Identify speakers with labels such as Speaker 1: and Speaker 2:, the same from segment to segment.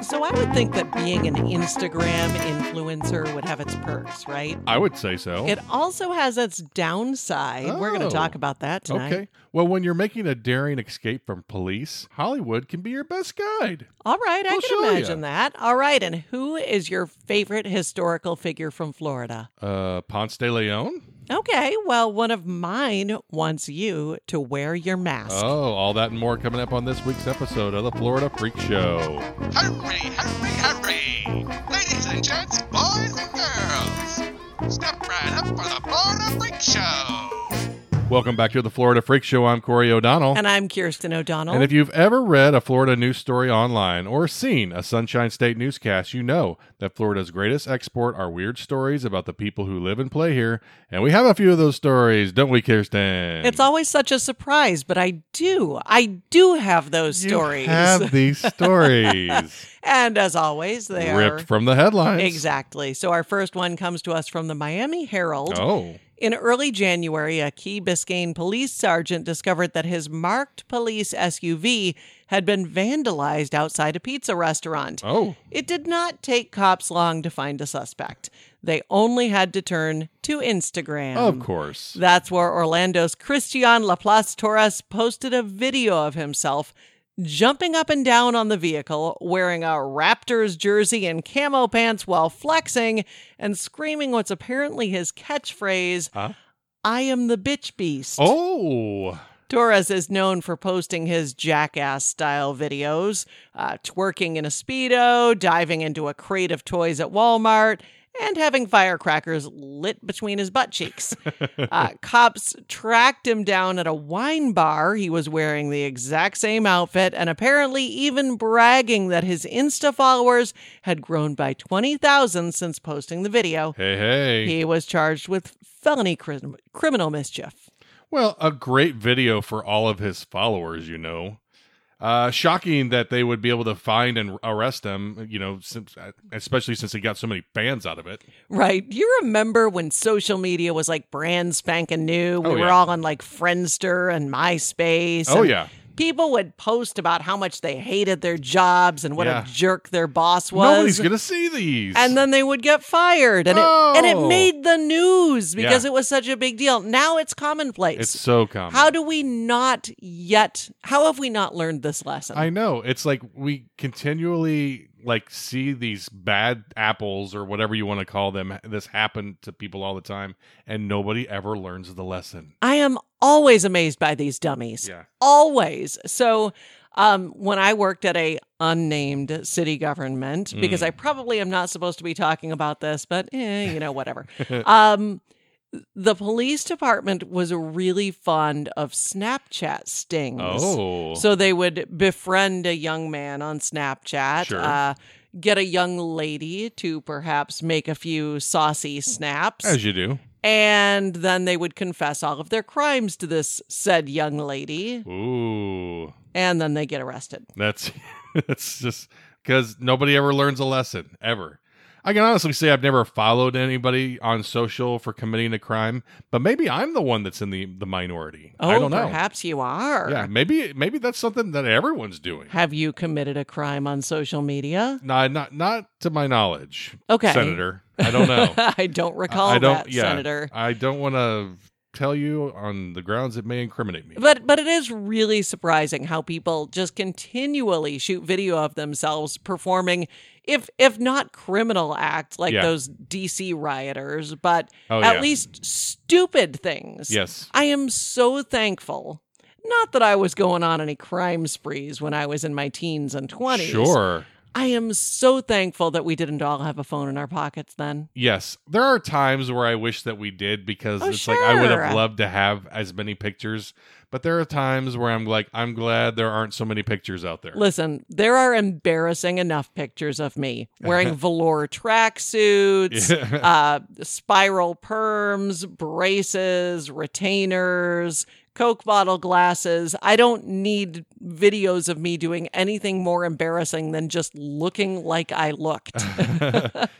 Speaker 1: So I would think that being an Instagram influencer would have its perks, right?
Speaker 2: I would say so.
Speaker 1: It also has its downside. We're going
Speaker 2: Oh.
Speaker 1: to talk about that tonight.
Speaker 2: Okay. Well, when you're making a daring escape from police, Hollywood can be your best guide.
Speaker 1: All right, I
Speaker 2: We'll
Speaker 1: can
Speaker 2: show ya.
Speaker 1: imagine that. All right, and who is your favorite historical figure from Florida?
Speaker 2: Uh, Ponce de Leon.
Speaker 1: Okay, well, one of mine wants you to wear your mask.
Speaker 2: Oh, all that and more coming up on this week's episode of the Florida Freak Show.
Speaker 3: Hurry, hurry, hurry! Ladies and gents, boys and girls, step right up for the Florida Freak Show!
Speaker 2: Welcome back to the Florida Freak Show. I'm Corey O'Donnell.
Speaker 1: And I'm Kirsten O'Donnell.
Speaker 2: And if you've ever read a Florida news story online or seen a Sunshine State newscast, you know that Florida's greatest export are weird stories about the people who live and play here. And we have a few of those stories, don't we, Kirsten?
Speaker 1: it's always such a surprise, but I do. I do have those
Speaker 2: You
Speaker 1: stories.
Speaker 2: Have these stories
Speaker 1: and as always, they
Speaker 2: ripped
Speaker 1: are
Speaker 2: from the headlines?
Speaker 1: Exactly. So our first one comes to us from the Miami Herald.
Speaker 2: Oh,
Speaker 1: In early January, a Key Biscayne police sergeant discovered that his marked police SUV had been vandalized outside a pizza restaurant.
Speaker 2: oh,
Speaker 1: It did not take cops long to find a suspect. They only had to turn to Instagram.
Speaker 2: of course.
Speaker 1: That's where Orlando's Christian Laplace Torres posted a video of himself jumping up and down on the vehicle, wearing a Raptors jersey and camo pants while flexing and screaming what's apparently his catchphrase
Speaker 2: Huh?
Speaker 1: I am the bitch beast.
Speaker 2: Oh,
Speaker 1: Torres is known for posting his jackass style videos, uh, twerking in a Speedo, diving into a crate of toys at Walmart, and having firecrackers lit between his butt cheeks. uh, cops tracked him down at a wine bar. He was wearing the exact same outfit and apparently even bragging that his Insta followers had grown by 20,000 since posting the video.
Speaker 2: hey, hey.
Speaker 1: He was charged with felony crim- criminal mischief.
Speaker 2: Well, a great video for all of his followers, you know. Uh, shocking that they would be able to find and arrest him, you know, since, uh, especially since he got so many fans out of it.
Speaker 1: Right. Do You remember when social media was like brand spanking new? We
Speaker 2: Oh,
Speaker 1: were
Speaker 2: yeah.
Speaker 1: all on like Friendster and MySpace.
Speaker 2: oh
Speaker 1: and
Speaker 2: yeah,
Speaker 1: People would post about how much they hated their jobs and what
Speaker 2: Yeah.
Speaker 1: a jerk their boss was.
Speaker 2: nobody's gonna see these.
Speaker 1: and then they would get fired. And, it, and
Speaker 2: No.
Speaker 1: it made the news because
Speaker 2: Oh.
Speaker 1: it
Speaker 2: Yeah.
Speaker 1: was such a big deal. Now it's commonplace.
Speaker 2: it's so common.
Speaker 1: how do we not yet, how have we not learned this lesson?
Speaker 2: I know it's like we continually like see these bad apples or whatever you want to call them. This happen to people all the time, and nobody ever learns the lesson.
Speaker 1: I am always amazed by these dummies.
Speaker 2: Yeah.
Speaker 1: Always. So um, when I worked at a unnamed city government, because
Speaker 2: Mm.
Speaker 1: I probably am not supposed to be talking about this, but eh, you know, whatever. um, the police department was really fond of Snapchat stings.
Speaker 2: Oh,
Speaker 1: So they would befriend a young man on Snapchat,
Speaker 2: Sure.
Speaker 1: uh, get a young lady to perhaps make a few saucy snaps
Speaker 2: as you do.
Speaker 1: and then they would confess all of their crimes to this said young lady
Speaker 2: Ooh.
Speaker 1: and then they get arrested
Speaker 2: That's that's just because nobody ever learns a lesson ever. I can honestly say I've never followed anybody on social for committing a crime, but maybe I'm the one that's in the the minority.
Speaker 1: oh
Speaker 2: I don't know.
Speaker 1: perhaps you are
Speaker 2: Yeah, maybe maybe that's something that everyone's doing.
Speaker 1: have you committed a crime on social media
Speaker 2: Not not not to my knowledge.
Speaker 1: Okay.
Speaker 2: Senator. I don't know.
Speaker 1: i don't recall
Speaker 2: I don't.
Speaker 1: that
Speaker 2: yeah,
Speaker 1: senator
Speaker 2: I don't want to tell you on the grounds it may incriminate me.
Speaker 1: but but it is really surprising how people just continually shoot video of themselves performing if if not criminal acts like
Speaker 2: Yeah.
Speaker 1: those DC rioters but
Speaker 2: Oh,
Speaker 1: at
Speaker 2: yeah.
Speaker 1: least stupid things
Speaker 2: yes.
Speaker 1: I am so thankful. Not that I was going on any crime sprees when I was in my teens and 20s.
Speaker 2: Sure.
Speaker 1: I am so thankful that we didn't all have a phone in our pockets then.
Speaker 2: Yes, there are times where I wish that we did because
Speaker 1: Oh,
Speaker 2: it's like I would have
Speaker 1: sure.
Speaker 2: loved to have as many pictures, but there are times where I'm like, I'm glad there aren't so many pictures out there.
Speaker 1: Listen, there are embarrassing enough pictures of me wearing velour tracksuits, uh, spiral perms, braces, retainers, Coke bottle glasses. I don't need videos of me doing anything more embarrassing than just looking like I looked.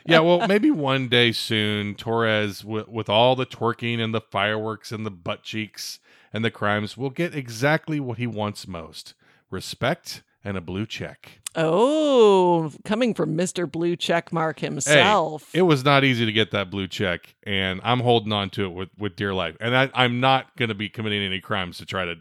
Speaker 2: yeah, well, maybe one day soon, Torres, with, with all the twerking and the fireworks and the butt cheeks and the crimes, will get exactly what he wants most respect and a blue check.
Speaker 1: Oh, coming from Mr. Blue Checkmark himself.
Speaker 2: It was not easy to get that blue check, and I'm holding on to it with, with dear life. And I, I'm not going to be committing any crimes to try to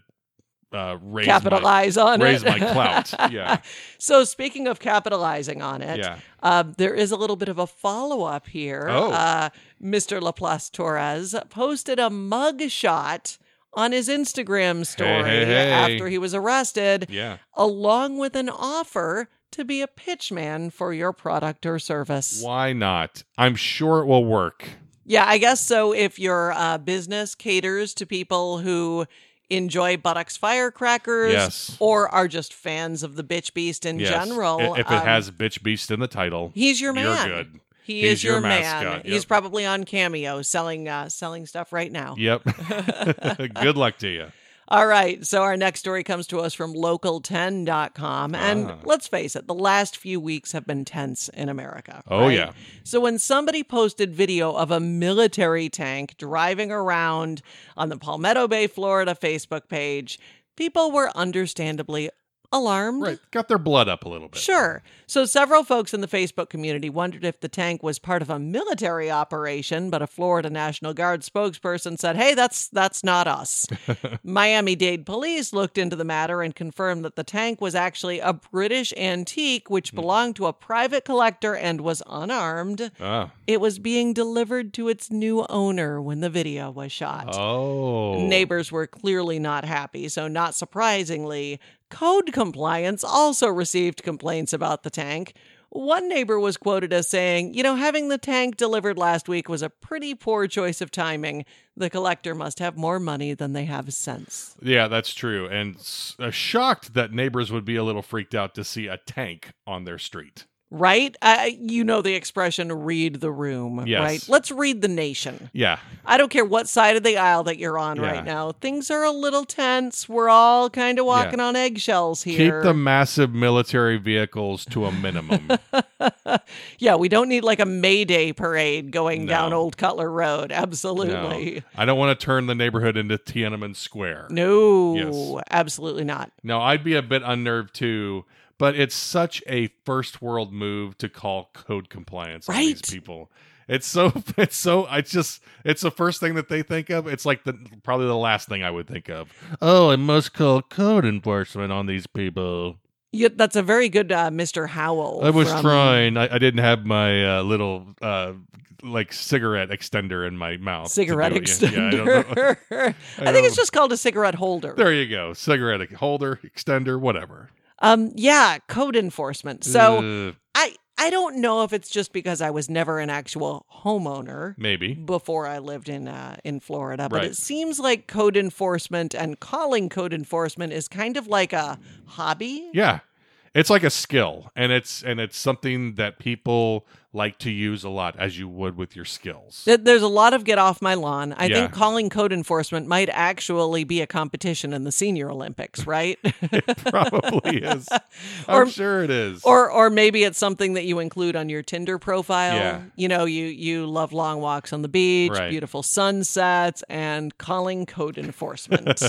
Speaker 2: uh, raise my,
Speaker 1: Capitalize on
Speaker 2: raise
Speaker 1: it.
Speaker 2: my clout. Yeah,
Speaker 1: So speaking of capitalizing on it,
Speaker 2: yeah.
Speaker 1: uh, there is a little bit of a follow up here.
Speaker 2: Oh.
Speaker 1: Uh, Mr. Laplace Torres posted a mug shot on his Instagram story
Speaker 2: hey, hey.
Speaker 1: after he was arrested,
Speaker 2: Yeah.
Speaker 1: along with an offer to be a pitchman for your product or service.
Speaker 2: Why not? I'm sure it will work.
Speaker 1: Yeah, I guess so. If your uh, business caters to people who enjoy buttocks firecrackers
Speaker 2: Yes.
Speaker 1: or are just fans of the bitch beast in
Speaker 2: Yes.
Speaker 1: general,
Speaker 2: I- If it
Speaker 1: um,
Speaker 2: has Bitch Beast in the title,
Speaker 1: he's your man.
Speaker 2: you're good.
Speaker 1: He
Speaker 2: He's
Speaker 1: is your,
Speaker 2: your
Speaker 1: man.
Speaker 2: mascot,
Speaker 1: He's
Speaker 2: yep.
Speaker 1: probably on Cameo selling uh, selling stuff right now.
Speaker 2: Yep. good luck to you.
Speaker 1: All right, so our next story comes to us from local10.com and
Speaker 2: Ah.
Speaker 1: let's face it, the last few weeks have been tense in America.
Speaker 2: Oh,
Speaker 1: right?
Speaker 2: yeah.
Speaker 1: So when somebody posted video of a military tank driving around on the Palmetto Bay, Florida Facebook page, people were understandably alarmed.
Speaker 2: Right. Got their blood up a little bit.
Speaker 1: Sure. So several folks in the Facebook community wondered if the tank was part of a military operation, but a Florida National Guard spokesperson said, "Hey, that's that's not us." Miami-Dade police looked into the matter and confirmed that the tank was actually a British antique which belonged to a private collector and was unarmed.
Speaker 2: Ah.
Speaker 1: It was being delivered to its new owner when the video was shot.
Speaker 2: Oh.
Speaker 1: Neighbors were clearly not happy, so not surprisingly, code compliance also received complaints about the tank. One neighbor was quoted as saying, You know, having the tank delivered last week was a pretty poor choice of timing. The collector must have more money than they have since.
Speaker 2: Yeah, that's true. And s- uh, shocked that neighbors would be a little freaked out to see a tank on their street.
Speaker 1: Right? Uh, you know the expression, read the room,
Speaker 2: Yes.
Speaker 1: right? Let's read the nation.
Speaker 2: Yeah.
Speaker 1: I don't care what side of the aisle that you're on
Speaker 2: Yeah.
Speaker 1: right now. Things are a little tense. We're all kind of walking on eggshells here.
Speaker 2: Keep the massive military vehicles to a minimum.
Speaker 1: yeah, we don't need like a May Day parade going
Speaker 2: No.
Speaker 1: down Old Cutler Road.
Speaker 2: no.
Speaker 1: Absolutely.
Speaker 2: I don't want to turn the neighborhood into Tiananmen Square.
Speaker 1: No,
Speaker 2: Yes.
Speaker 1: absolutely not.
Speaker 2: No, I'd be a bit unnerved too, but it's such a first world move to call code compliance on these
Speaker 1: Right.
Speaker 2: people. It's so it's so it's just it's the first thing that they think of. It's like the probably the last thing I would think of. Oh, I must call code enforcement on these people.
Speaker 1: Yeah, that's a very good uh, Mr. Howell.
Speaker 2: I was
Speaker 1: from-
Speaker 2: trying. I, I didn't have my uh, little uh like cigarette extender in my mouth. to
Speaker 1: Cigarette
Speaker 2: do it. Yeah, yeah, I don't know.
Speaker 1: extender. I think it's just called a cigarette holder.
Speaker 2: There you go. Cigarette holder, extender, whatever. Uh,
Speaker 1: Um, yeah, code enforcement. So
Speaker 2: Ugh,
Speaker 1: I I don't know if it's just because I was never an actual homeowner.
Speaker 2: maybe.
Speaker 1: before I lived in uh, in Florida, but
Speaker 2: Right.
Speaker 1: it seems like code enforcement and calling code enforcement is kind of like a hobby.
Speaker 2: Yeah. It's like a skill and it's and it's something that people like to use a lot as you would with your skills.
Speaker 1: Th- There's a lot of get off my lawn. I
Speaker 2: Yeah.
Speaker 1: think calling code enforcement might actually be a competition in the senior Olympics, right?
Speaker 2: Probably is. I'm
Speaker 1: Or-
Speaker 2: sure it is.
Speaker 1: or or maybe it's something that you include on your Tinder profile.
Speaker 2: Yeah.
Speaker 1: You know, you you love long walks on the beach,
Speaker 2: Right.
Speaker 1: beautiful sunsets, and calling code enforcement.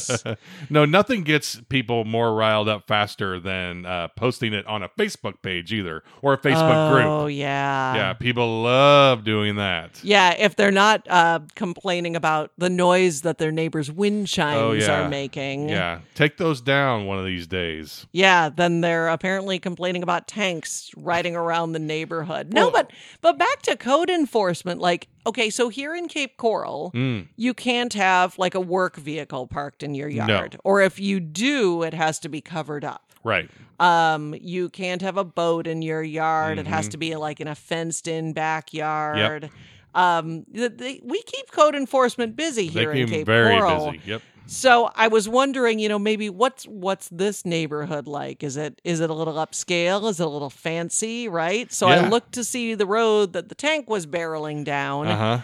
Speaker 2: no, nothing gets people more riled up faster than uh, posting it on a Facebook page either or a Facebook
Speaker 1: Oh
Speaker 2: group.
Speaker 1: yeah.
Speaker 2: Yeah, people love doing that.
Speaker 1: Yeah, if they're not uh, complaining about the noise that their neighbors' wind chimes
Speaker 2: Oh, yeah.
Speaker 1: are making,
Speaker 2: Yeah, take those down one of these days.
Speaker 1: Yeah, then they're apparently complaining about tanks riding around the neighborhood. No,
Speaker 2: Well-
Speaker 1: but but back to code enforcement. Like, okay, so here in Cape Coral,
Speaker 2: Mm,
Speaker 1: you can't have like a work vehicle parked in your yard, or if you do, it has to be covered up.
Speaker 2: right.
Speaker 1: Um, you can't have a boat in your yard. It has
Speaker 2: Mhm.
Speaker 1: to be like in a fenced-in backyard. Um, the, the, we keep code enforcement busy
Speaker 2: They
Speaker 1: here in
Speaker 2: came
Speaker 1: Cape
Speaker 2: very
Speaker 1: Coral.
Speaker 2: busy. Yep.
Speaker 1: So I was wondering, you know, maybe what's what's this neighborhood like? Is it is it a little upscale? Is it a little fancy? Right. So
Speaker 2: Yeah.
Speaker 1: I looked to see the road
Speaker 2: Uh-huh.
Speaker 1: that the tank was barreling down.
Speaker 2: Uh huh.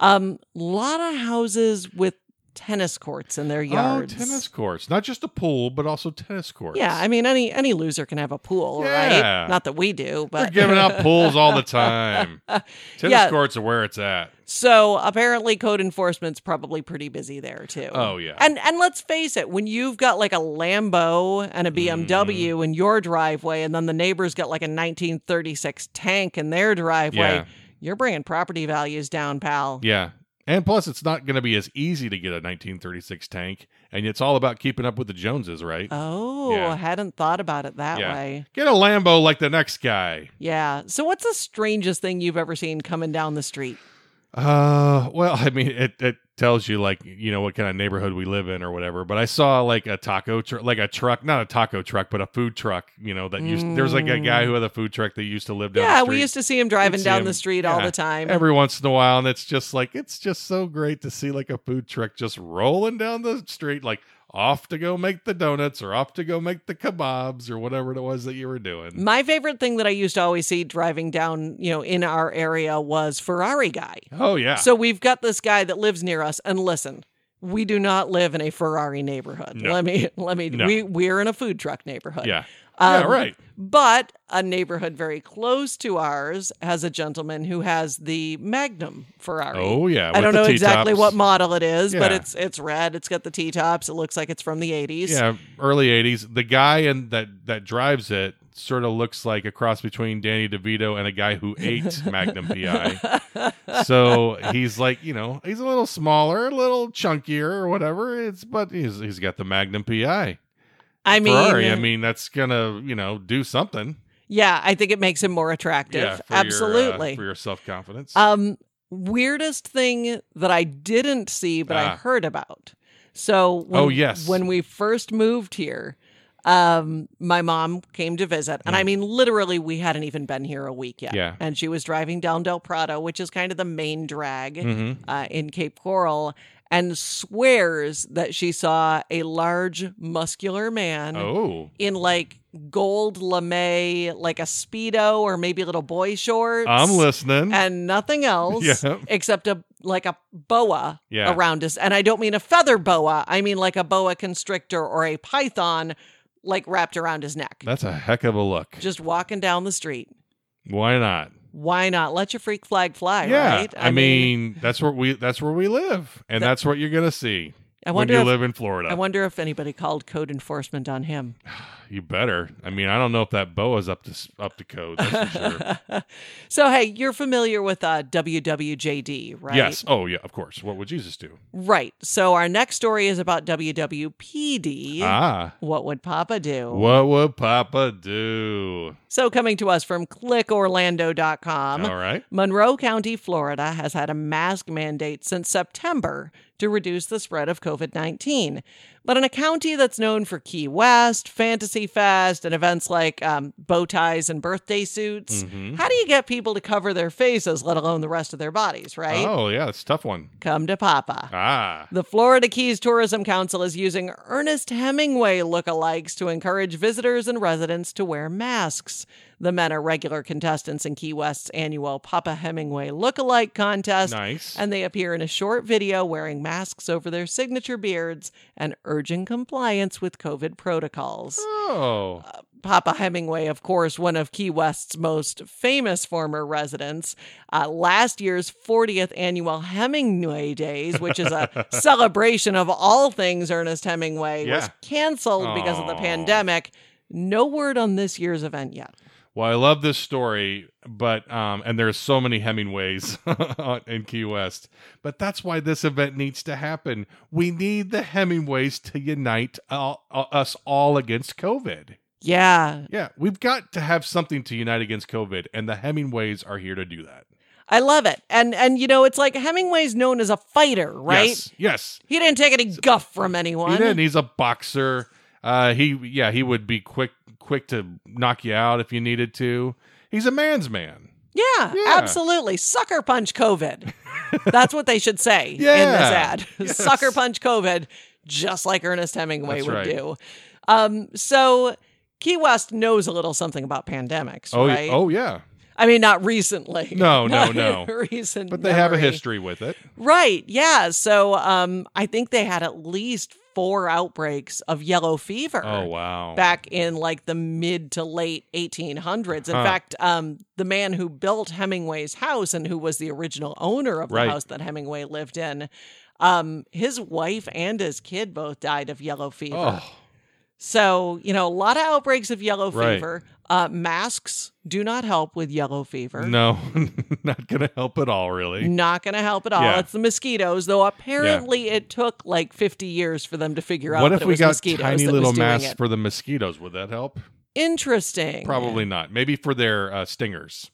Speaker 1: Um, lot of houses with tennis courts in their
Speaker 2: Oh,
Speaker 1: yards.
Speaker 2: tennis courts. Not just a pool, but also tennis courts.
Speaker 1: Yeah, I mean any any loser can have a pool,
Speaker 2: Yeah.
Speaker 1: right? Not that we do,
Speaker 2: They're
Speaker 1: but
Speaker 2: giving out pools all the time. Tennis
Speaker 1: Yeah.
Speaker 2: courts are where it's at.
Speaker 1: So apparently, code enforcement's probably pretty busy there too.
Speaker 2: Oh, yeah.
Speaker 1: and and let's face it, when you've got like a Lambo
Speaker 2: Mm.
Speaker 1: and a BMW in your driveway, and then the neighbor's got like a 1936 tank in their driveway,
Speaker 2: Yeah.
Speaker 1: you're bringing property values down, pal.
Speaker 2: Yeah. And plus, it's not going to be as easy to get a 1936 tank. And it's all about keeping up with the Joneses, right?
Speaker 1: Oh,
Speaker 2: Yeah.
Speaker 1: I hadn't thought about it that
Speaker 2: Yeah.
Speaker 1: way.
Speaker 2: Get a Lambo like the next guy.
Speaker 1: Yeah. So what's the strangest thing you've ever seen coming down the street?
Speaker 2: Uh, well, I mean, it, it tells you like you know what kind of neighborhood we live in or whatever. But I saw like a taco truck, like a truck, not a taco truck, but a food truck. You know that used there was like a guy who had a food truck that used to live down.
Speaker 1: Mm. yeah,
Speaker 2: the street.
Speaker 1: we used to see him driving
Speaker 2: see
Speaker 1: down
Speaker 2: him-
Speaker 1: the street all
Speaker 2: yeah,
Speaker 1: the time.
Speaker 2: every once in a while, and it's just like it's just so great to see like a food truck just rolling down the street, like off to go make the donuts or off to go make the kebabs or whatever it was that you were doing.
Speaker 1: My favorite thing that I used to always see driving down, you know, in our area was Ferrari guy.
Speaker 2: Oh yeah,
Speaker 1: So we've got this guy that lives near us, and listen, we do not live in a Ferrari neighborhood.
Speaker 2: No.
Speaker 1: Let me, let me.
Speaker 2: No.
Speaker 1: We we're in a food truck neighborhood.
Speaker 2: yeah,
Speaker 1: Um,
Speaker 2: yeah, right.
Speaker 1: But a neighborhood very close to ours has a gentleman who has the Magnum Ferrari.
Speaker 2: Oh yeah,
Speaker 1: I
Speaker 2: with
Speaker 1: don't
Speaker 2: the
Speaker 1: know exactly
Speaker 2: T-tops.
Speaker 1: what model it is, but
Speaker 2: Yeah.
Speaker 1: it's it's red. It's got the T tops. It looks like it's from the eighties.
Speaker 2: Yeah, early '80s. The guy and that that drives it sort of looks like a cross between Danny DeVito and a guy who ate Magnum PI. So he's like, you know, he's a little smaller, a little chunkier, or whatever. It's but he's he's got the Magnum PI.
Speaker 1: I mean,
Speaker 2: Ferrari. I mean, that's gonna you know do something.
Speaker 1: yeah, I think it makes him more attractive.
Speaker 2: Yeah, for your, uh,
Speaker 1: Absolutely.
Speaker 2: for your self confidence.
Speaker 1: Um, weirdest thing that I didn't see, but I
Speaker 2: Ah.
Speaker 1: heard about. So, when,
Speaker 2: Oh, yes.
Speaker 1: when we first moved here, um, my mom came to visit, and I mean, literally, we hadn't even been here a week yet.
Speaker 2: Mm. Yeah.
Speaker 1: and she was driving down Del Prado, which is kind of the main drag
Speaker 2: Mhm.
Speaker 1: uh, in Cape Coral. And swears that she saw a large, muscular man
Speaker 2: Oh,
Speaker 1: in like gold lame, like a speedo or maybe little boy shorts
Speaker 2: I'm listening.
Speaker 1: and nothing else
Speaker 2: Yeah.
Speaker 1: except a like a boa
Speaker 2: Yeah.
Speaker 1: around us and i don't mean a feather boa i mean like a boa constrictor or a python like wrapped around his neck
Speaker 2: That's a heck of a look.
Speaker 1: just walking down the street
Speaker 2: Why not?
Speaker 1: why not let your freak flag fly
Speaker 2: yeah,
Speaker 1: right
Speaker 2: I, mean, that's where we that's where we live, and
Speaker 1: That-
Speaker 2: that's what you're gonna see
Speaker 1: i
Speaker 2: when
Speaker 1: wonder
Speaker 2: you
Speaker 1: if,
Speaker 2: live in Florida.
Speaker 1: i wonder if anybody called code enforcement on him
Speaker 2: you better. I mean, I don't know if that boa's up to s- up to code. That's for sure.
Speaker 1: so hey you're familiar with uh, wwjd right
Speaker 2: Yes. Oh yeah. Of course. What would Jesus do?
Speaker 1: right so our next story is about wwpd
Speaker 2: Ah.
Speaker 1: what would papa do
Speaker 2: What would Papa do?
Speaker 1: So, coming to us from clickorlando.com,
Speaker 2: All right.
Speaker 1: Monroe County, Florida has had a mask mandate since September to reduce the spread of COVID 19. But in a county that's known for Key West, Fantasy Fest, and events like um, bow ties and birthday suits,
Speaker 2: Mhm.
Speaker 1: how do you get people to cover their faces, let alone the rest of their bodies, right?
Speaker 2: Oh yeah, that's a tough one.
Speaker 1: Come to Papa.
Speaker 2: Ah.
Speaker 1: The Florida Keys Tourism Council is using Ernest Hemingway lookalikes to encourage visitors and residents to wear masks. The men are regular contestants in Key West's annual Papa Hemingway lookalike contest,
Speaker 2: Nice.
Speaker 1: and they appear in a short video wearing masks over their signature beards and urging compliance with COVID protocols.
Speaker 2: oh.
Speaker 1: Papa Hemingway, of course, one of Key West's most famous former residents. Uh, last year's 40th annual Hemingway Days, which is a celebration of all things Ernest Hemingway, was
Speaker 2: Yeah.
Speaker 1: canceled because of the
Speaker 2: Aw.
Speaker 1: pandemic. No word on this year's event yet.
Speaker 2: Well, I love this story, but um, and there's so many Hemingways in Key West, but that's why this event needs to happen. We need the Hemingways to unite all, uh, us all against COVID.
Speaker 1: Yeah,
Speaker 2: Yeah, we've got to have something to unite against COVID, and the Hemingways are here to do that.
Speaker 1: I love it. And and you know, it's like Hemingway's known as a fighter, right?
Speaker 2: Yes, yes.
Speaker 1: He didn't take any guff from anyone.
Speaker 2: He didn't. He's a boxer. Uh, he yeah, he would be quick quick to knock you out if you needed to. He's a man's man.
Speaker 1: Yeah,
Speaker 2: Yeah.
Speaker 1: absolutely. Sucker punch COVID. That's what they should say in this
Speaker 2: Yeah.
Speaker 1: ad.
Speaker 2: Yes.
Speaker 1: Sucker punch COVID, just like Ernest Hemingway
Speaker 2: That's
Speaker 1: would
Speaker 2: right.
Speaker 1: do. Um, so Key West knows a little something about pandemics,
Speaker 2: Oh, y-
Speaker 1: right?
Speaker 2: oh yeah.
Speaker 1: I mean, not recently.
Speaker 2: No, no,
Speaker 1: Not
Speaker 2: no.
Speaker 1: in Recent,
Speaker 2: But they have a
Speaker 1: memory.
Speaker 2: history with it.
Speaker 1: right? Yeah. So, um, I think they had at least four outbreaks of yellow fever.
Speaker 2: Oh wow.
Speaker 1: Back in like the mid to late 1800s. In
Speaker 2: Huh.
Speaker 1: fact, um, the man who built Hemingway's house and who was the original owner of the
Speaker 2: Right.
Speaker 1: house that Hemingway lived in, um, his wife and his kid both died of yellow fever.
Speaker 2: oh,
Speaker 1: So, you know, a lot of outbreaks of yellow
Speaker 2: Right.
Speaker 1: fever. Uh, masks do not help with yellow fever.
Speaker 2: no, not gonna help at all, really.
Speaker 1: Not going to help at all.
Speaker 2: Yeah.
Speaker 1: It's the mosquitoes, though apparently it took like 50 years for them to figure out
Speaker 2: What
Speaker 1: that
Speaker 2: if
Speaker 1: it
Speaker 2: we
Speaker 1: was
Speaker 2: got
Speaker 1: mosquitoes
Speaker 2: tiny
Speaker 1: that
Speaker 2: little
Speaker 1: was doing
Speaker 2: masks
Speaker 1: it.
Speaker 2: for the mosquitoes? Would that help?
Speaker 1: Interesting.
Speaker 2: Probably not. Maybe for their uh, stingers.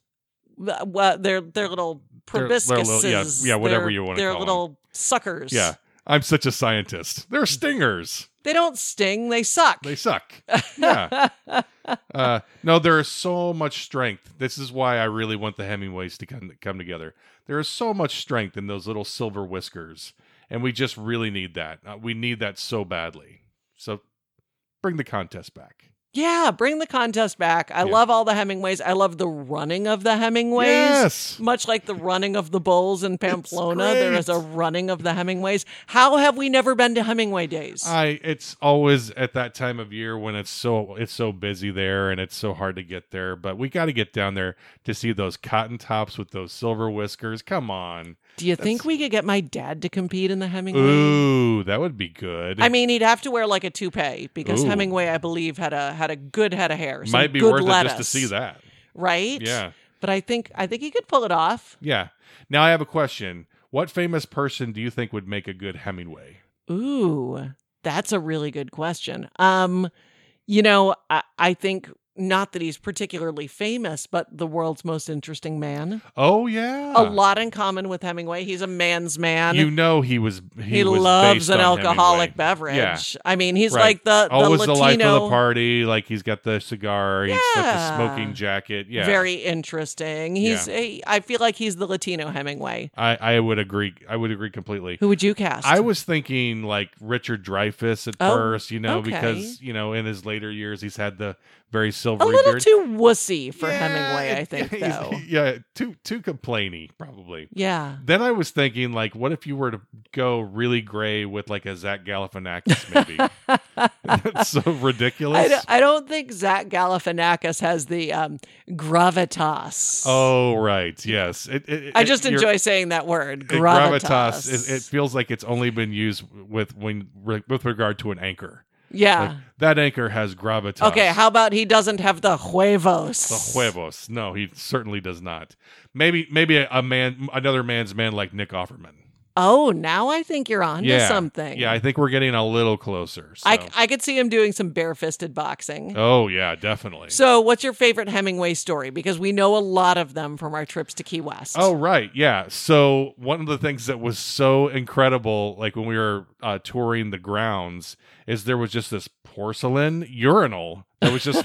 Speaker 1: Th- Well, they're, they're little
Speaker 2: They're- they're little- yeah,
Speaker 1: proboscises.
Speaker 2: yeah, whatever
Speaker 1: They're-
Speaker 2: you wanna
Speaker 1: They're
Speaker 2: call 'em.
Speaker 1: little suckers.
Speaker 2: Yeah, I'm such a scientist. They're stingers.
Speaker 1: They don't sting, they suck.
Speaker 2: They suck. Yeah. uh, no, there is so much strength. This is why I really want the Hemingways to come come together. There is so much strength in those little silver whiskers, and we just really need that. Uh, we need that so badly. So, bring the contest back.
Speaker 1: yeah, bring the contest back. I
Speaker 2: Yeah.
Speaker 1: love all the Hemingways. I love the running of the Hemingways.
Speaker 2: Yes.
Speaker 1: Much like the running of the bulls in Pamplona, there is
Speaker 2: great.
Speaker 1: a running of the Hemingways. How have we never been to Hemingway days?
Speaker 2: I it's always at that time of year when it's so it's so busy there and it's so hard to get there, but we got to get down there to see those cotton tops with those silver whiskers. Come on.
Speaker 1: Do you think we could get my dad to compete in the Hemingway?
Speaker 2: Ooh, that would be good.
Speaker 1: I mean, he'd have to wear like a toupee because
Speaker 2: Ooh.
Speaker 1: Hemingway, I believe, had a had a good head of hair. some
Speaker 2: might be
Speaker 1: good
Speaker 2: worth
Speaker 1: lettuce,
Speaker 2: it just to see that.
Speaker 1: right?
Speaker 2: Yeah.
Speaker 1: But I think I think he could pull it off.
Speaker 2: Yeah. Now I have a question. What famous person do you think would make a good Hemingway?
Speaker 1: Ooh, that's a really good question. Um, you know, I, I think not that he's particularly famous, but the world's most interesting man.
Speaker 2: Oh yeah.
Speaker 1: a lot in common with Hemingway. He's a man's man.
Speaker 2: You know he was he,
Speaker 1: he
Speaker 2: was
Speaker 1: loves
Speaker 2: based
Speaker 1: an
Speaker 2: on
Speaker 1: alcoholic
Speaker 2: Hemingway.
Speaker 1: beverage.
Speaker 2: Yeah.
Speaker 1: I mean, he's
Speaker 2: Right.
Speaker 1: like the, the
Speaker 2: Always
Speaker 1: Latino.
Speaker 2: the life of the party. Like he's got the cigar. He's got the
Speaker 1: Yeah.
Speaker 2: smoking jacket. Yeah.
Speaker 1: Very interesting. He's. a- I feel like he's the Latino Hemingway.
Speaker 2: I, I would agree. I would agree completely.
Speaker 1: Who would you cast?
Speaker 2: I was thinking like Richard Dreyfuss at
Speaker 1: Oh,
Speaker 2: first, you know,
Speaker 1: okay.
Speaker 2: because you know in his later years he's had the very
Speaker 1: a
Speaker 2: silvery
Speaker 1: little
Speaker 2: beard
Speaker 1: too wussy for
Speaker 2: Yeah,
Speaker 1: Hemingway. I think
Speaker 2: he's-
Speaker 1: though.
Speaker 2: Yeah, too too complainy probably.
Speaker 1: Yeah.
Speaker 2: Then I was thinking like, what if you were to go really gray with like a Zach Galifianakis maybe? That's so
Speaker 1: I
Speaker 2: ridiculous.
Speaker 1: don't, I don't think Zach Galifianakis has the um, gravitas.
Speaker 2: Oh right, yes. It, it,
Speaker 1: I
Speaker 2: it-
Speaker 1: just
Speaker 2: you're-
Speaker 1: enjoy saying that word.
Speaker 2: it-
Speaker 1: Gravitas.
Speaker 2: It, it feels like it's only been used with when with regard to an anchor. Like,
Speaker 1: yeah.
Speaker 2: that anchor has gravitas.
Speaker 1: Ah. okay. How about he doesn't have the huevos?
Speaker 2: the huevos? No, he certainly does not. Maybe maybe a, a man, another man's man like Nick Offerman.
Speaker 1: Oh, now I think you're on to
Speaker 2: yeah,
Speaker 1: something.
Speaker 2: Yeah, I think we're getting a little closer. So.
Speaker 1: I, I could see him doing some barefisted boxing.
Speaker 2: oh yeah, definitely.
Speaker 1: So, what's your favorite Hemingway story? Because we know a lot of them from our trips to Key West.
Speaker 2: Oh right, yeah. So one of the things that was so incredible, like when we were uh, touring the grounds, is there was just this porcelain urinal that was just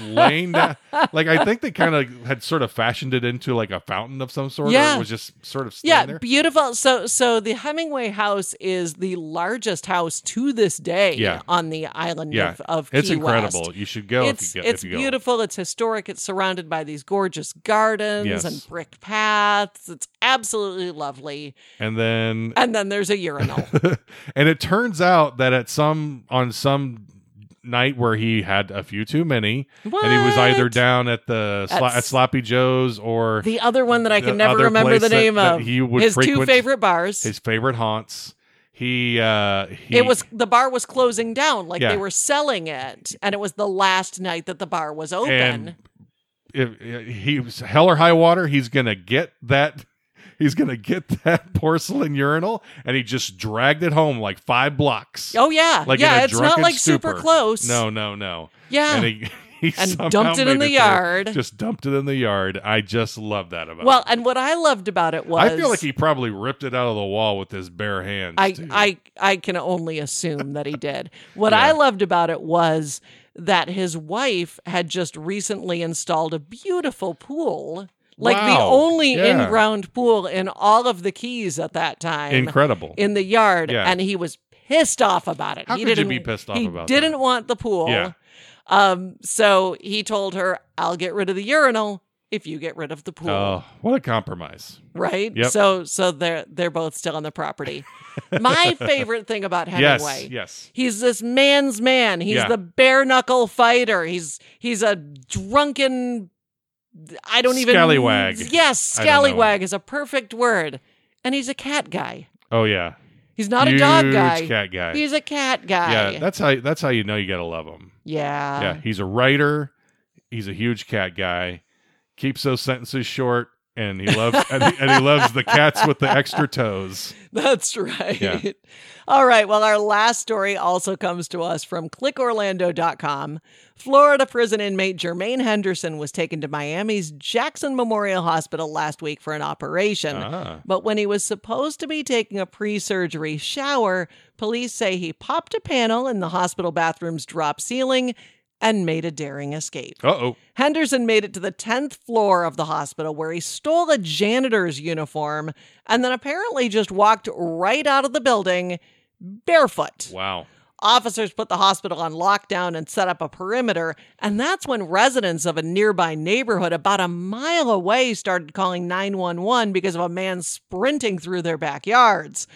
Speaker 2: laying down. Like I think they kind of had sort of fashioned it into like a fountain of some sort. Or
Speaker 1: Yeah.
Speaker 2: it was just sort of
Speaker 1: yeah,
Speaker 2: standing there.
Speaker 1: beautiful. So, so the Hemingway house is the largest house to this day
Speaker 2: Yeah.
Speaker 1: on the island
Speaker 2: Yeah.
Speaker 1: of, of
Speaker 2: It's
Speaker 1: Key
Speaker 2: incredible.
Speaker 1: West.
Speaker 2: You should go
Speaker 1: It's
Speaker 2: if you get
Speaker 1: it's
Speaker 2: if you go.
Speaker 1: beautiful. It's historic. It's surrounded by these gorgeous gardens
Speaker 2: Yes.
Speaker 1: and brick paths. It's absolutely lovely.
Speaker 2: And then
Speaker 1: And then there's a urinal.
Speaker 2: and it turns out that at some on some night where he had a few too many and he was either
Speaker 1: What?
Speaker 2: down at the slo-
Speaker 1: That's-
Speaker 2: at sloppy joe's or
Speaker 1: The other one that I
Speaker 2: The
Speaker 1: can never
Speaker 2: other
Speaker 1: remember
Speaker 2: place
Speaker 1: the
Speaker 2: that-
Speaker 1: name
Speaker 2: that
Speaker 1: of.
Speaker 2: he would
Speaker 1: his two
Speaker 2: frequent-
Speaker 1: favorite bars.
Speaker 2: his favorite haunts. He uh he,
Speaker 1: it was the bar was closing down, like
Speaker 2: Yeah.
Speaker 1: they were selling it, and it was the last night that the bar was open.
Speaker 2: and if, he was hell or high water, he's gonna get that he's gonna get that porcelain urinal and he just dragged it home like five blocks.
Speaker 1: oh yeah,
Speaker 2: Like in
Speaker 1: yeah,
Speaker 2: a
Speaker 1: it's not
Speaker 2: drunken
Speaker 1: like super
Speaker 2: stupor.
Speaker 1: close.
Speaker 2: No, no, no.
Speaker 1: yeah,
Speaker 2: And he, he
Speaker 1: And
Speaker 2: somehow
Speaker 1: dumped it in
Speaker 2: made
Speaker 1: the
Speaker 2: there.
Speaker 1: yard.
Speaker 2: Just dumped it in the yard. I just love that about
Speaker 1: well,
Speaker 2: him.
Speaker 1: and what I loved about it was
Speaker 2: I feel like he probably ripped it out of the wall with his bare hands.
Speaker 1: I,
Speaker 2: too.
Speaker 1: I I can only assume that he did. What
Speaker 2: Yeah.
Speaker 1: I loved about it was that his wife had just recently installed a beautiful pool, like the
Speaker 2: Wow.
Speaker 1: only
Speaker 2: Yeah.
Speaker 1: in-ground pool in all of the Keys at that time,
Speaker 2: incredible.
Speaker 1: in the yard,
Speaker 2: Yeah.
Speaker 1: and he was pissed off about it.
Speaker 2: How
Speaker 1: he
Speaker 2: could you
Speaker 1: didn't,
Speaker 2: be pissed off
Speaker 1: he
Speaker 2: about that?
Speaker 1: didn't want the pool.
Speaker 2: Yeah.
Speaker 1: Um, so he told her, "I'll get rid of the urinal." if you get rid of the pool.
Speaker 2: Oh, what a compromise.
Speaker 1: right?
Speaker 2: Yep.
Speaker 1: So so they're they're both still on the property. My favorite thing about Hemingway.
Speaker 2: Yes, yes.
Speaker 1: He's this man's man. He's
Speaker 2: Yeah.
Speaker 1: the bare knuckle fighter. He's he's a drunken I don't even
Speaker 2: Scallywag.
Speaker 1: Yes,
Speaker 2: I don't know.
Speaker 1: scallywag is a perfect word. And he's a cat guy.
Speaker 2: Oh yeah,
Speaker 1: He's not a dog
Speaker 2: Huge
Speaker 1: guy.
Speaker 2: cat guy.
Speaker 1: He's a cat guy. Uh-huh.
Speaker 2: yeah, that's how that's how you know you gotta love him.
Speaker 1: yeah.
Speaker 2: yeah, he's a writer. He's a huge cat guy. Keeps those sentences short, and he loves and, he, and he loves the cats with the extra toes.
Speaker 1: That's right.
Speaker 2: Yeah.
Speaker 1: All right. Well, our last story also comes to us from clickorlando.com. Florida prison inmate Jermaine Henderson was taken to Miami's Jackson Memorial Hospital last week for an operation.
Speaker 2: Ah,
Speaker 1: But when he was supposed to be taking a pre surgery shower, police say he popped a panel in the hospital bathroom's drop ceiling and made a daring escape.
Speaker 2: uh oh,
Speaker 1: Henderson made it to the 10th floor of the hospital where he stole a janitor's uniform and then apparently just walked right out of the building barefoot.
Speaker 2: wow. Oh,
Speaker 1: Officers put the hospital on lockdown and set up a perimeter, and that's when residents of a nearby neighborhood about a mile away started calling 911 because of a man sprinting through their backyards.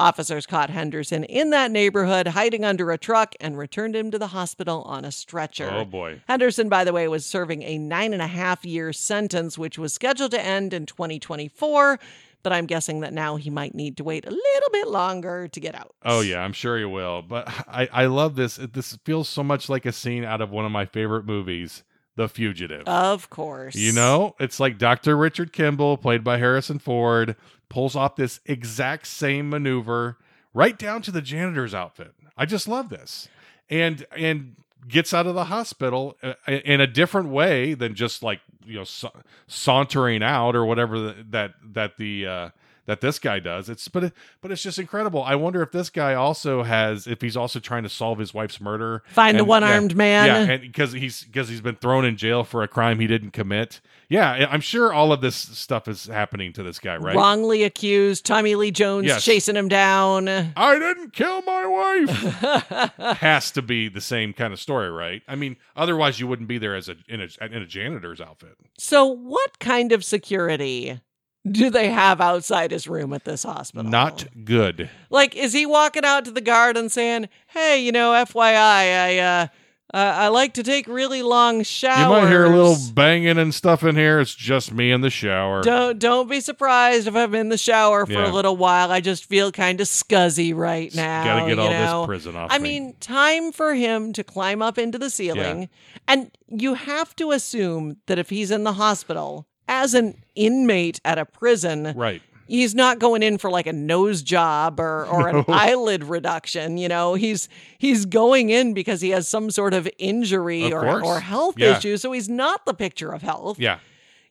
Speaker 1: Officers caught Henderson in that neighborhood hiding under a truck and returned him to the hospital on a stretcher.
Speaker 2: Oh boy.
Speaker 1: Henderson, by the way, was serving a nine and a half year sentence, which was scheduled to end in 2024. But I'm guessing that now he might need to wait a little bit longer to get out.
Speaker 2: Oh yeah, I'm sure you will. But I, I love this. This feels so much like a scene out of one of my favorite movies, The Fugitive.
Speaker 1: Of course.
Speaker 2: You know, it's like Dr. Richard Kimball, played by Harrison Ford, pulls off this exact same maneuver right down to the janitor's outfit. I just love this. And and gets out of the hospital uh, in a different way than just like, you know, sa- sauntering out or whatever th- that that the uh that this guy does. It's but it, but it's just incredible. I wonder if this guy also has if he's also trying to solve his wife's murder.
Speaker 1: Find the
Speaker 2: and- yeah.
Speaker 1: one-armed man.
Speaker 2: Yeah, and because he's because he's been thrown in jail for a crime he didn't commit. Yeah, I- I'm sure all of this stuff is happening to this guy, right?
Speaker 1: Wrongly accused, Tommy Lee Jones
Speaker 2: Yes.
Speaker 1: chasing him down.
Speaker 2: I didn't kill my wife. Has to be the same kind of story, right? I mean, otherwise you wouldn't be there as a in a in a janitor's outfit.
Speaker 1: so, what kind of security do they have outside his room at this hospital?
Speaker 2: Not good.
Speaker 1: Like, is he walking out to the guard and saying, "Hey, you know, FYI, I uh, uh, I like to take really long showers.
Speaker 2: You might hear a little banging and stuff in here. It's just me in the shower.
Speaker 1: Don't don't be surprised if I'm in the shower for
Speaker 2: Yeah.
Speaker 1: a little while. I just feel kind of scuzzy right now.
Speaker 2: Got to get
Speaker 1: you
Speaker 2: all
Speaker 1: know?
Speaker 2: this prison off.
Speaker 1: I
Speaker 2: me.
Speaker 1: mean, time for him to climb up into the ceiling, and you have to assume that if he's in the hospital as an inmate at a prison,
Speaker 2: right?
Speaker 1: he's not going in for like a nose job or or an
Speaker 2: No.
Speaker 1: eyelid reduction you know he's he's going in because he has some sort of injury
Speaker 2: Of
Speaker 1: or
Speaker 2: course.
Speaker 1: or health
Speaker 2: Yeah.
Speaker 1: issue so he's not the picture of health
Speaker 2: Yeah.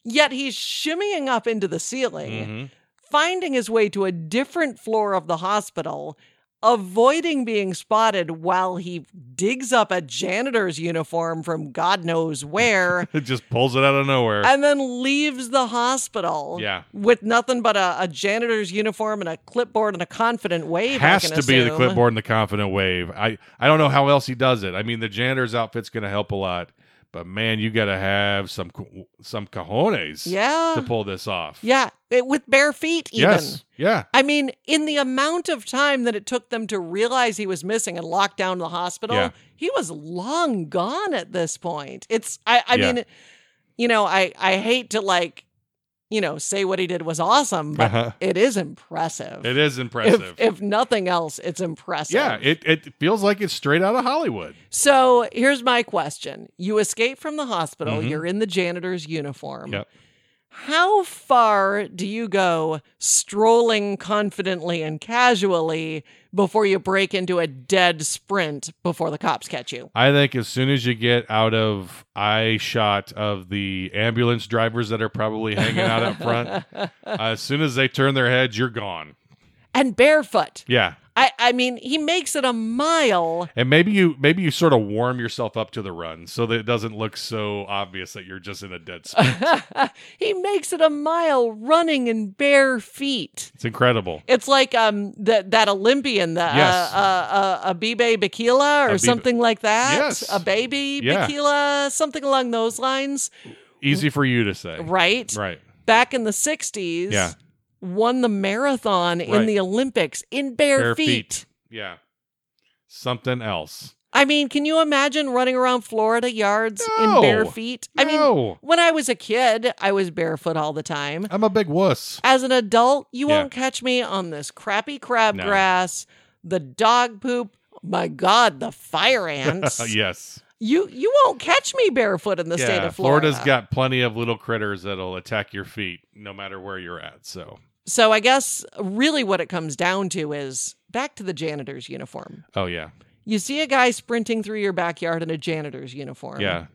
Speaker 1: yet he's shimmying up into the ceiling
Speaker 2: Mhm.
Speaker 1: finding his way to a different floor of the hospital avoiding being spotted while he digs up a janitor's uniform from god knows where
Speaker 2: It just pulls it out of nowhere.
Speaker 1: and then leaves the hospital
Speaker 2: Yeah.
Speaker 1: with nothing but a, a janitor's uniform and a clipboard and a confident wave. I
Speaker 2: has
Speaker 1: can
Speaker 2: to be the
Speaker 1: assume.
Speaker 2: clipboard and the confident wave. I I don't know how else he does it. I mean, the janitor's outfit's going to help a lot, but man, you got to have some co- some cojones to
Speaker 1: Yeah.
Speaker 2: pull this off.
Speaker 1: Yeah. It- with bare feet, even.
Speaker 2: Yes. Yeah.
Speaker 1: I mean, in the amount of time that it took them to realize he was missing and lock down the hospital,
Speaker 2: Yeah.
Speaker 1: he was long gone at this point. It's, I, I
Speaker 2: Yeah.
Speaker 1: mean, you know, I, I hate to like, you know, say what he did was awesome, but
Speaker 2: Uh-huh.
Speaker 1: it is impressive.
Speaker 2: It is impressive.
Speaker 1: If, if nothing else, it's impressive.
Speaker 2: yeah, it, it feels like it's straight out of Hollywood.
Speaker 1: So here's my question. You escape from the hospital,
Speaker 2: Mhm.
Speaker 1: you're in the janitor's uniform.
Speaker 2: Yep.
Speaker 1: How far do you go strolling confidently and casually before you break into a dead sprint before the cops catch you?
Speaker 2: I think as soon as you get out of eye shot of the ambulance drivers that are probably hanging out up front, as soon as they turn their heads, you're gone.
Speaker 1: And barefoot.
Speaker 2: Yeah.
Speaker 1: I, I mean, he makes it a mile.
Speaker 2: And maybe you maybe you sort of warm yourself up to the run so that it doesn't look so obvious that you're just in a dead spot.
Speaker 1: he makes it a mile running in bare feet.
Speaker 2: It's incredible.
Speaker 1: It's like um that that Olympian, the
Speaker 2: Yes.
Speaker 1: uh, uh, uh, Abibe Bakila or
Speaker 2: Abibe-
Speaker 1: something like that.
Speaker 2: Yes.
Speaker 1: A baby
Speaker 2: Yeah.
Speaker 1: Bakila, something along those lines.
Speaker 2: Easy for you to say.
Speaker 1: right?
Speaker 2: Right.
Speaker 1: Back in the 60s,
Speaker 2: Yeah.
Speaker 1: won the marathon in
Speaker 2: Right.
Speaker 1: the Olympics in bare,
Speaker 2: Bare feet.
Speaker 1: feet.
Speaker 2: Yeah. Something else.
Speaker 1: I mean, can you imagine running around Florida yards
Speaker 2: No.
Speaker 1: in bare feet? I mean,
Speaker 2: No.
Speaker 1: when I was a kid, I was barefoot all the time.
Speaker 2: I'm a big wuss.
Speaker 1: As an adult, you
Speaker 2: Yeah.
Speaker 1: won't catch me on this crappy crabgrass, the dog poop. My God, the fire ants.
Speaker 2: Uh, yes.
Speaker 1: You you won't catch me barefoot in the state of Florida.
Speaker 2: Florida's got plenty of little critters that'll attack your feet no matter where you're at. So,
Speaker 1: so I guess really what it comes down to is back to the janitor's uniform.
Speaker 2: oh yeah,
Speaker 1: You see a guy sprinting through your backyard in a janitor's uniform.
Speaker 2: yeah.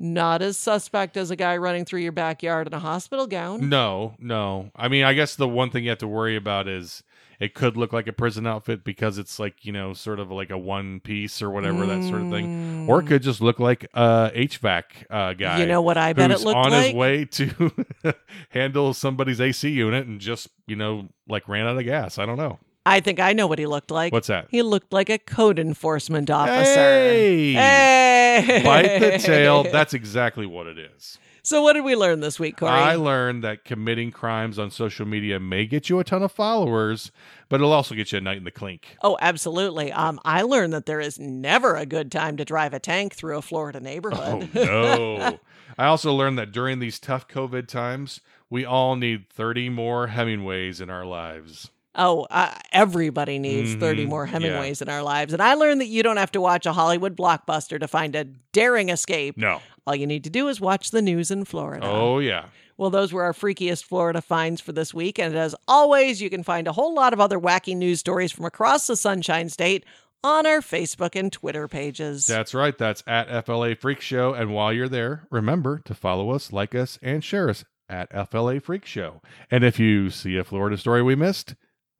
Speaker 1: Not as suspect as a guy running through your backyard in a hospital gown.
Speaker 2: No, no. I mean, I guess the one thing you have to worry about is it could look like a prison outfit because it's like you know, sort of like a one piece or whatever that sort of thing, or it could just look like a HVAC uh, guy.
Speaker 1: Mm, You know what I bet
Speaker 2: who's
Speaker 1: it looked
Speaker 2: on
Speaker 1: like?
Speaker 2: his way to handle somebody's AC unit and just you know like ran out of gas. I don't know
Speaker 1: I think I know what he looked like.
Speaker 2: what's that.
Speaker 1: He looked like a code enforcement officer.
Speaker 2: Hey!
Speaker 1: Hey!
Speaker 2: Bite the tail. That's exactly what it is.
Speaker 1: so what did we learn this week, Corey?
Speaker 2: I learned that committing crimes on social media may get you a ton of followers, but it'll also get you a night in the clink.
Speaker 1: Oh, absolutely. Um, I learned that there is never a good time to drive a tank through a Florida
Speaker 2: Oh
Speaker 1: neighborhood.
Speaker 2: no. I also learned that during these tough COVID times, we all need 30 more Hemingways in our lives.
Speaker 1: Oh, uh, everybody needs
Speaker 2: Mhm,
Speaker 1: 30 more
Speaker 2: yeah.
Speaker 1: Hemingways in our lives. And I learned that you don't have to watch a Hollywood blockbuster to find a daring escape.
Speaker 2: No.
Speaker 1: All you need to do is watch the news in Florida.
Speaker 2: Oh yeah.
Speaker 1: Well, those were our freakiest Florida finds for this week. And as always, you can find a whole lot of other wacky news stories from across the Sunshine State on our Facebook and Twitter pages.
Speaker 2: That's right. That's at FLA Freak Show. And while you're there, remember to follow us, like us, and share us at FLA Freak Show. And if you see a Florida story we missed,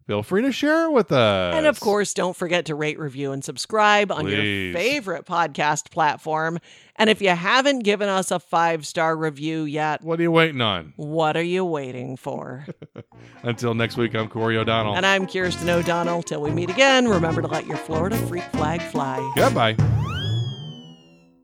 Speaker 2: feel free to share it with us.
Speaker 1: And of course, don't forget to rate, review, and subscribe on
Speaker 2: Please.
Speaker 1: your favorite podcast platform. And if you haven't given us a five star review yet,
Speaker 2: what are you waiting on?
Speaker 1: what are you waiting for?
Speaker 2: Until next week, I'm Corey O'Donnell.
Speaker 1: and I'm Kirsten O'Donnell. Till we meet again, remember to let your Florida freak flag fly.
Speaker 2: Goodbye.